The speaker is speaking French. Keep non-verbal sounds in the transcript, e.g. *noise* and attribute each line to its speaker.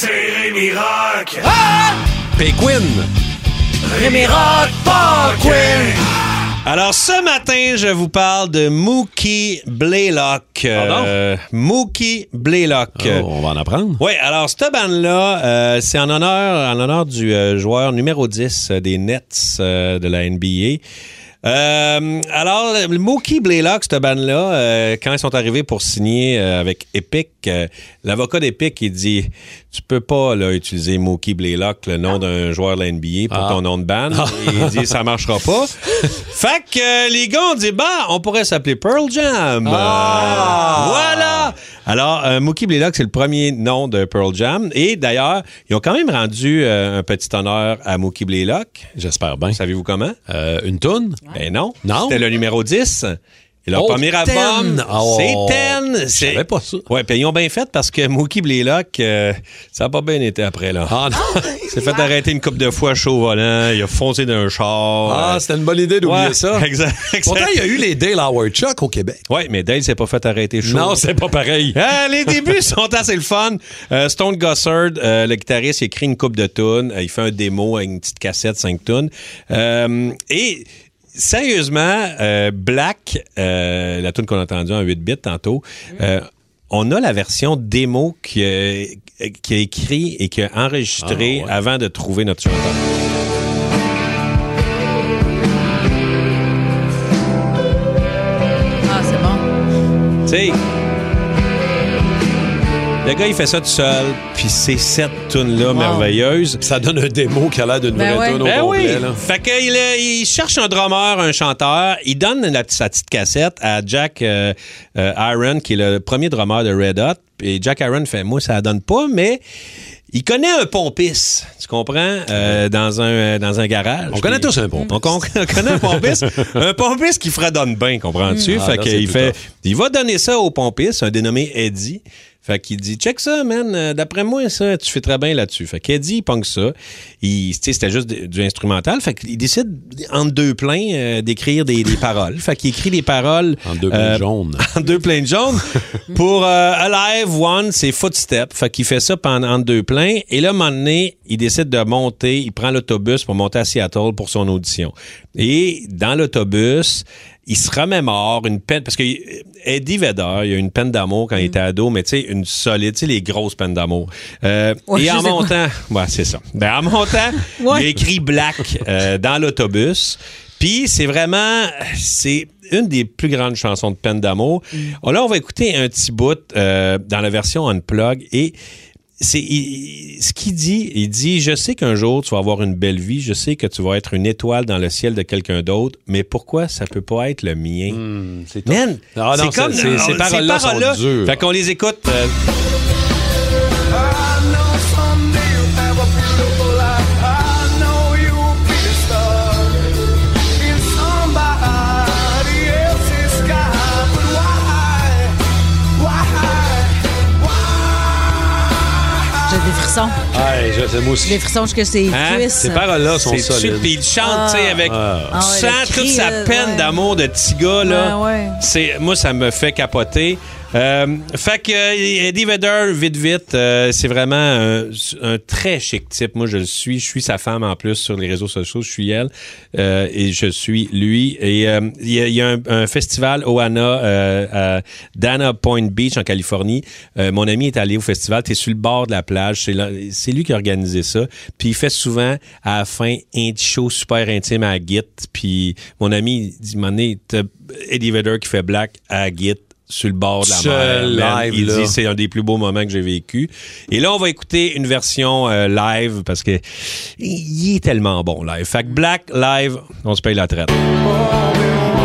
Speaker 1: Rémi Rock!
Speaker 2: Péquin.
Speaker 1: Rémi Rock, pas Quinn!
Speaker 2: Alors, ce matin, je vous parle de Mookie Blaylock. Euh, Mookie Blaylock.
Speaker 3: on va en apprendre.
Speaker 2: Oui, alors cette bande-là, euh, c'est en honneur, en honneur du euh, joueur numéro 10 euh, des Nets euh, de la NBA. Euh, alors, le Mookie Blaylock, cette bande-là, euh, quand ils sont arrivés pour signer euh, avec Epic, euh, l'avocat d'Epic, il dit Tu peux pas là, utiliser Mookie Blaylock, le nom d'un joueur de la NBA, pour ton nom de band. Il dit Ça marchera pas. fait que euh, les gars ont dit Bah, on pourrait s'appeler Pearl Jam. Euh, voilà. Alors, euh, Mookie Blaylock, c'est le premier nom de Pearl Jam. Et d'ailleurs, ils ont quand même rendu euh, un petit honneur à Mookie Blaylock.
Speaker 3: J'espère bien.
Speaker 2: Savez-vous comment?
Speaker 3: Euh, une toune?
Speaker 2: Ben non.
Speaker 3: Non?
Speaker 2: C'était le numéro 10. Et leur
Speaker 3: Oh,
Speaker 2: premier album,
Speaker 3: Ten. Oh.
Speaker 2: c'est 10.
Speaker 3: Je savais pas ça.
Speaker 2: Ouais, puis ils ont bien fait parce que Mookie Blaylock, euh, ça a pas bien été après, là.
Speaker 3: Ah, non.
Speaker 2: *laughs* Il s'est fait arrêter une coupe de fois chaud au volant. Il a foncé d'un char.
Speaker 3: Ah,
Speaker 2: Euh,
Speaker 3: c'était une bonne idée d'oublier
Speaker 2: ouais,
Speaker 3: ça.
Speaker 2: *laughs* Exact.
Speaker 3: *laughs* Pourtant, il y a eu les Dale Howard Chuck au Québec.
Speaker 2: Oui, mais Dale s'est pas fait arrêter chaud.
Speaker 3: Non, c'est
Speaker 2: *laughs*
Speaker 3: pas pareil.
Speaker 2: Euh, les débuts sont assez le fun. Euh, Stone Gossard, euh, le guitariste, il écrit une coupe de tunes. Euh, il fait un démo avec une petite cassette, 5 tunes. Euh, et sérieusement, euh, Black, euh, la tune qu'on a entendue en 8 bits tantôt,
Speaker 3: Mm.
Speaker 2: euh, on a la version démo qui, euh, qui a écrit et qui a enregistré
Speaker 3: Ah, ouais.
Speaker 2: avant de trouver notre chanteur.
Speaker 4: Ah, c'est bon.
Speaker 2: Tu sais, le gars, il fait ça tout seul, puis c'est cette tune-là merveilleuse.
Speaker 3: Ça donne un démo qui a l'air d'une
Speaker 4: Ben
Speaker 3: vraie
Speaker 4: ouais.
Speaker 3: toune au
Speaker 2: Ben
Speaker 3: complet.
Speaker 2: oui.
Speaker 3: là.
Speaker 2: Fait que il, euh, il cherche un drummer, un chanteur. Il donne la, sa petite cassette à Jack euh, euh, Iron, qui est le premier drummer de Red Hot. Et Jack Iron fait Moi, ça la donne pas, mais il connaît un pompiste, tu comprends, euh, dans, un, euh, dans un garage.
Speaker 3: On connaît
Speaker 2: Puis-
Speaker 3: tous un pompiste.
Speaker 2: On, con- *laughs* on connaît un pompiste. un pompiste qui fredonne bien, comprends-tu?
Speaker 3: Ah,
Speaker 2: fait
Speaker 3: là, c'est
Speaker 2: qu'il
Speaker 3: plus
Speaker 2: fait.
Speaker 3: tough.
Speaker 2: Euh, Il va donner ça au pompiste, un dénommé Eddie. Fait qu'il dit, check ça, man. euh, D'après moi, ça, tu fais très bien là-dessus. Fait qu'Eddie, il punk ça. Il, tu sais, c'était juste de- du instrumental. Fait qu'il décide, entre deux pleins, euh, d'écrire des, des paroles. Fait qu'il écrit des paroles.
Speaker 3: En deux
Speaker 2: euh,
Speaker 3: euh, jaunes. *laughs*
Speaker 2: *laughs* en deux plains jaunes pour euh, Alive One, c'est Footstep. Fait qu'il fait ça pendant en deux pleins. Et là, un moment donné, il décide de monter. Il prend l'autobus pour monter à Seattle pour son audition. Et dans l'autobus, il se remémore une peine. Parce que euh, Eddie Vedder, il a une peine d'amour quand
Speaker 4: Mm.
Speaker 2: il était ado, mais tu sais, une solide, tu sais, les grosses peines d'amour. Euh,
Speaker 4: Ouais,
Speaker 2: et
Speaker 4: je
Speaker 2: en
Speaker 4: sais pas.
Speaker 2: montant, ouais, c'est ça. Ben, en montant,
Speaker 4: Ouais.
Speaker 2: il a écrit Black euh, dans l'autobus. Puis c'est vraiment, c'est une des plus grandes chansons de peine d'amour. Oh, Là, on va écouter un petit bout euh, dans la version Unplug et c'est il- il- ce qu'il dit. Il dit, je sais qu'un jour tu vas avoir une belle vie, je sais que tu vas être une étoile dans le ciel de quelqu'un d'autre, mais pourquoi ça peut pas être le mien? Man,
Speaker 3: Ah non,
Speaker 2: c'est comme
Speaker 3: c'est- c'est- ces paroles-là sont dures.
Speaker 2: Fait qu'on les écoute. euh,
Speaker 4: J'ai des frissons.
Speaker 3: Hey, je sais, moi aussi.
Speaker 4: Des frissons jusque ses
Speaker 2: Hein?
Speaker 4: cuisses.
Speaker 3: Ces paroles-là sont
Speaker 2: C'est
Speaker 3: solides.
Speaker 2: dessus, puis il chante, tu sais, avec.
Speaker 3: Ah.
Speaker 2: Tu
Speaker 4: Ah ouais, le
Speaker 2: sens
Speaker 4: cri,
Speaker 2: toute sa
Speaker 4: là,
Speaker 2: peine
Speaker 4: ouais.
Speaker 2: d'amour de petit gars, là.
Speaker 4: Ouais, ouais.
Speaker 2: C'est, moi, ça me fait capoter. Euh, fait que euh, Eddie Vedder, vite, vite, euh, c'est vraiment un, un très chic type. Moi, je le suis. Je suis sa femme en plus sur les réseaux sociaux. Je suis elle euh, et je suis lui. Et euh, il y a, il y a un, un festival Oana euh, à Dana Point Beach en Californie. Euh, mon ami est allé au festival. T'es sur le bord de la plage. C'est la- C'est lui qui a organisé ça. Puis il fait souvent à la fin un petit show super intime à Git. Puis mon ami il dit, Mané, t'as Eddie Vedder qui fait Black à Git sur le bord de la
Speaker 3: Ce
Speaker 2: mer. man.
Speaker 3: live,
Speaker 2: il
Speaker 3: là.
Speaker 2: dit c'est un des plus beaux moments que j'ai vécu. Et là on va écouter une version euh, live parce que il est tellement bon live. Fait que Black live, on se paye la traite.
Speaker 5: Black,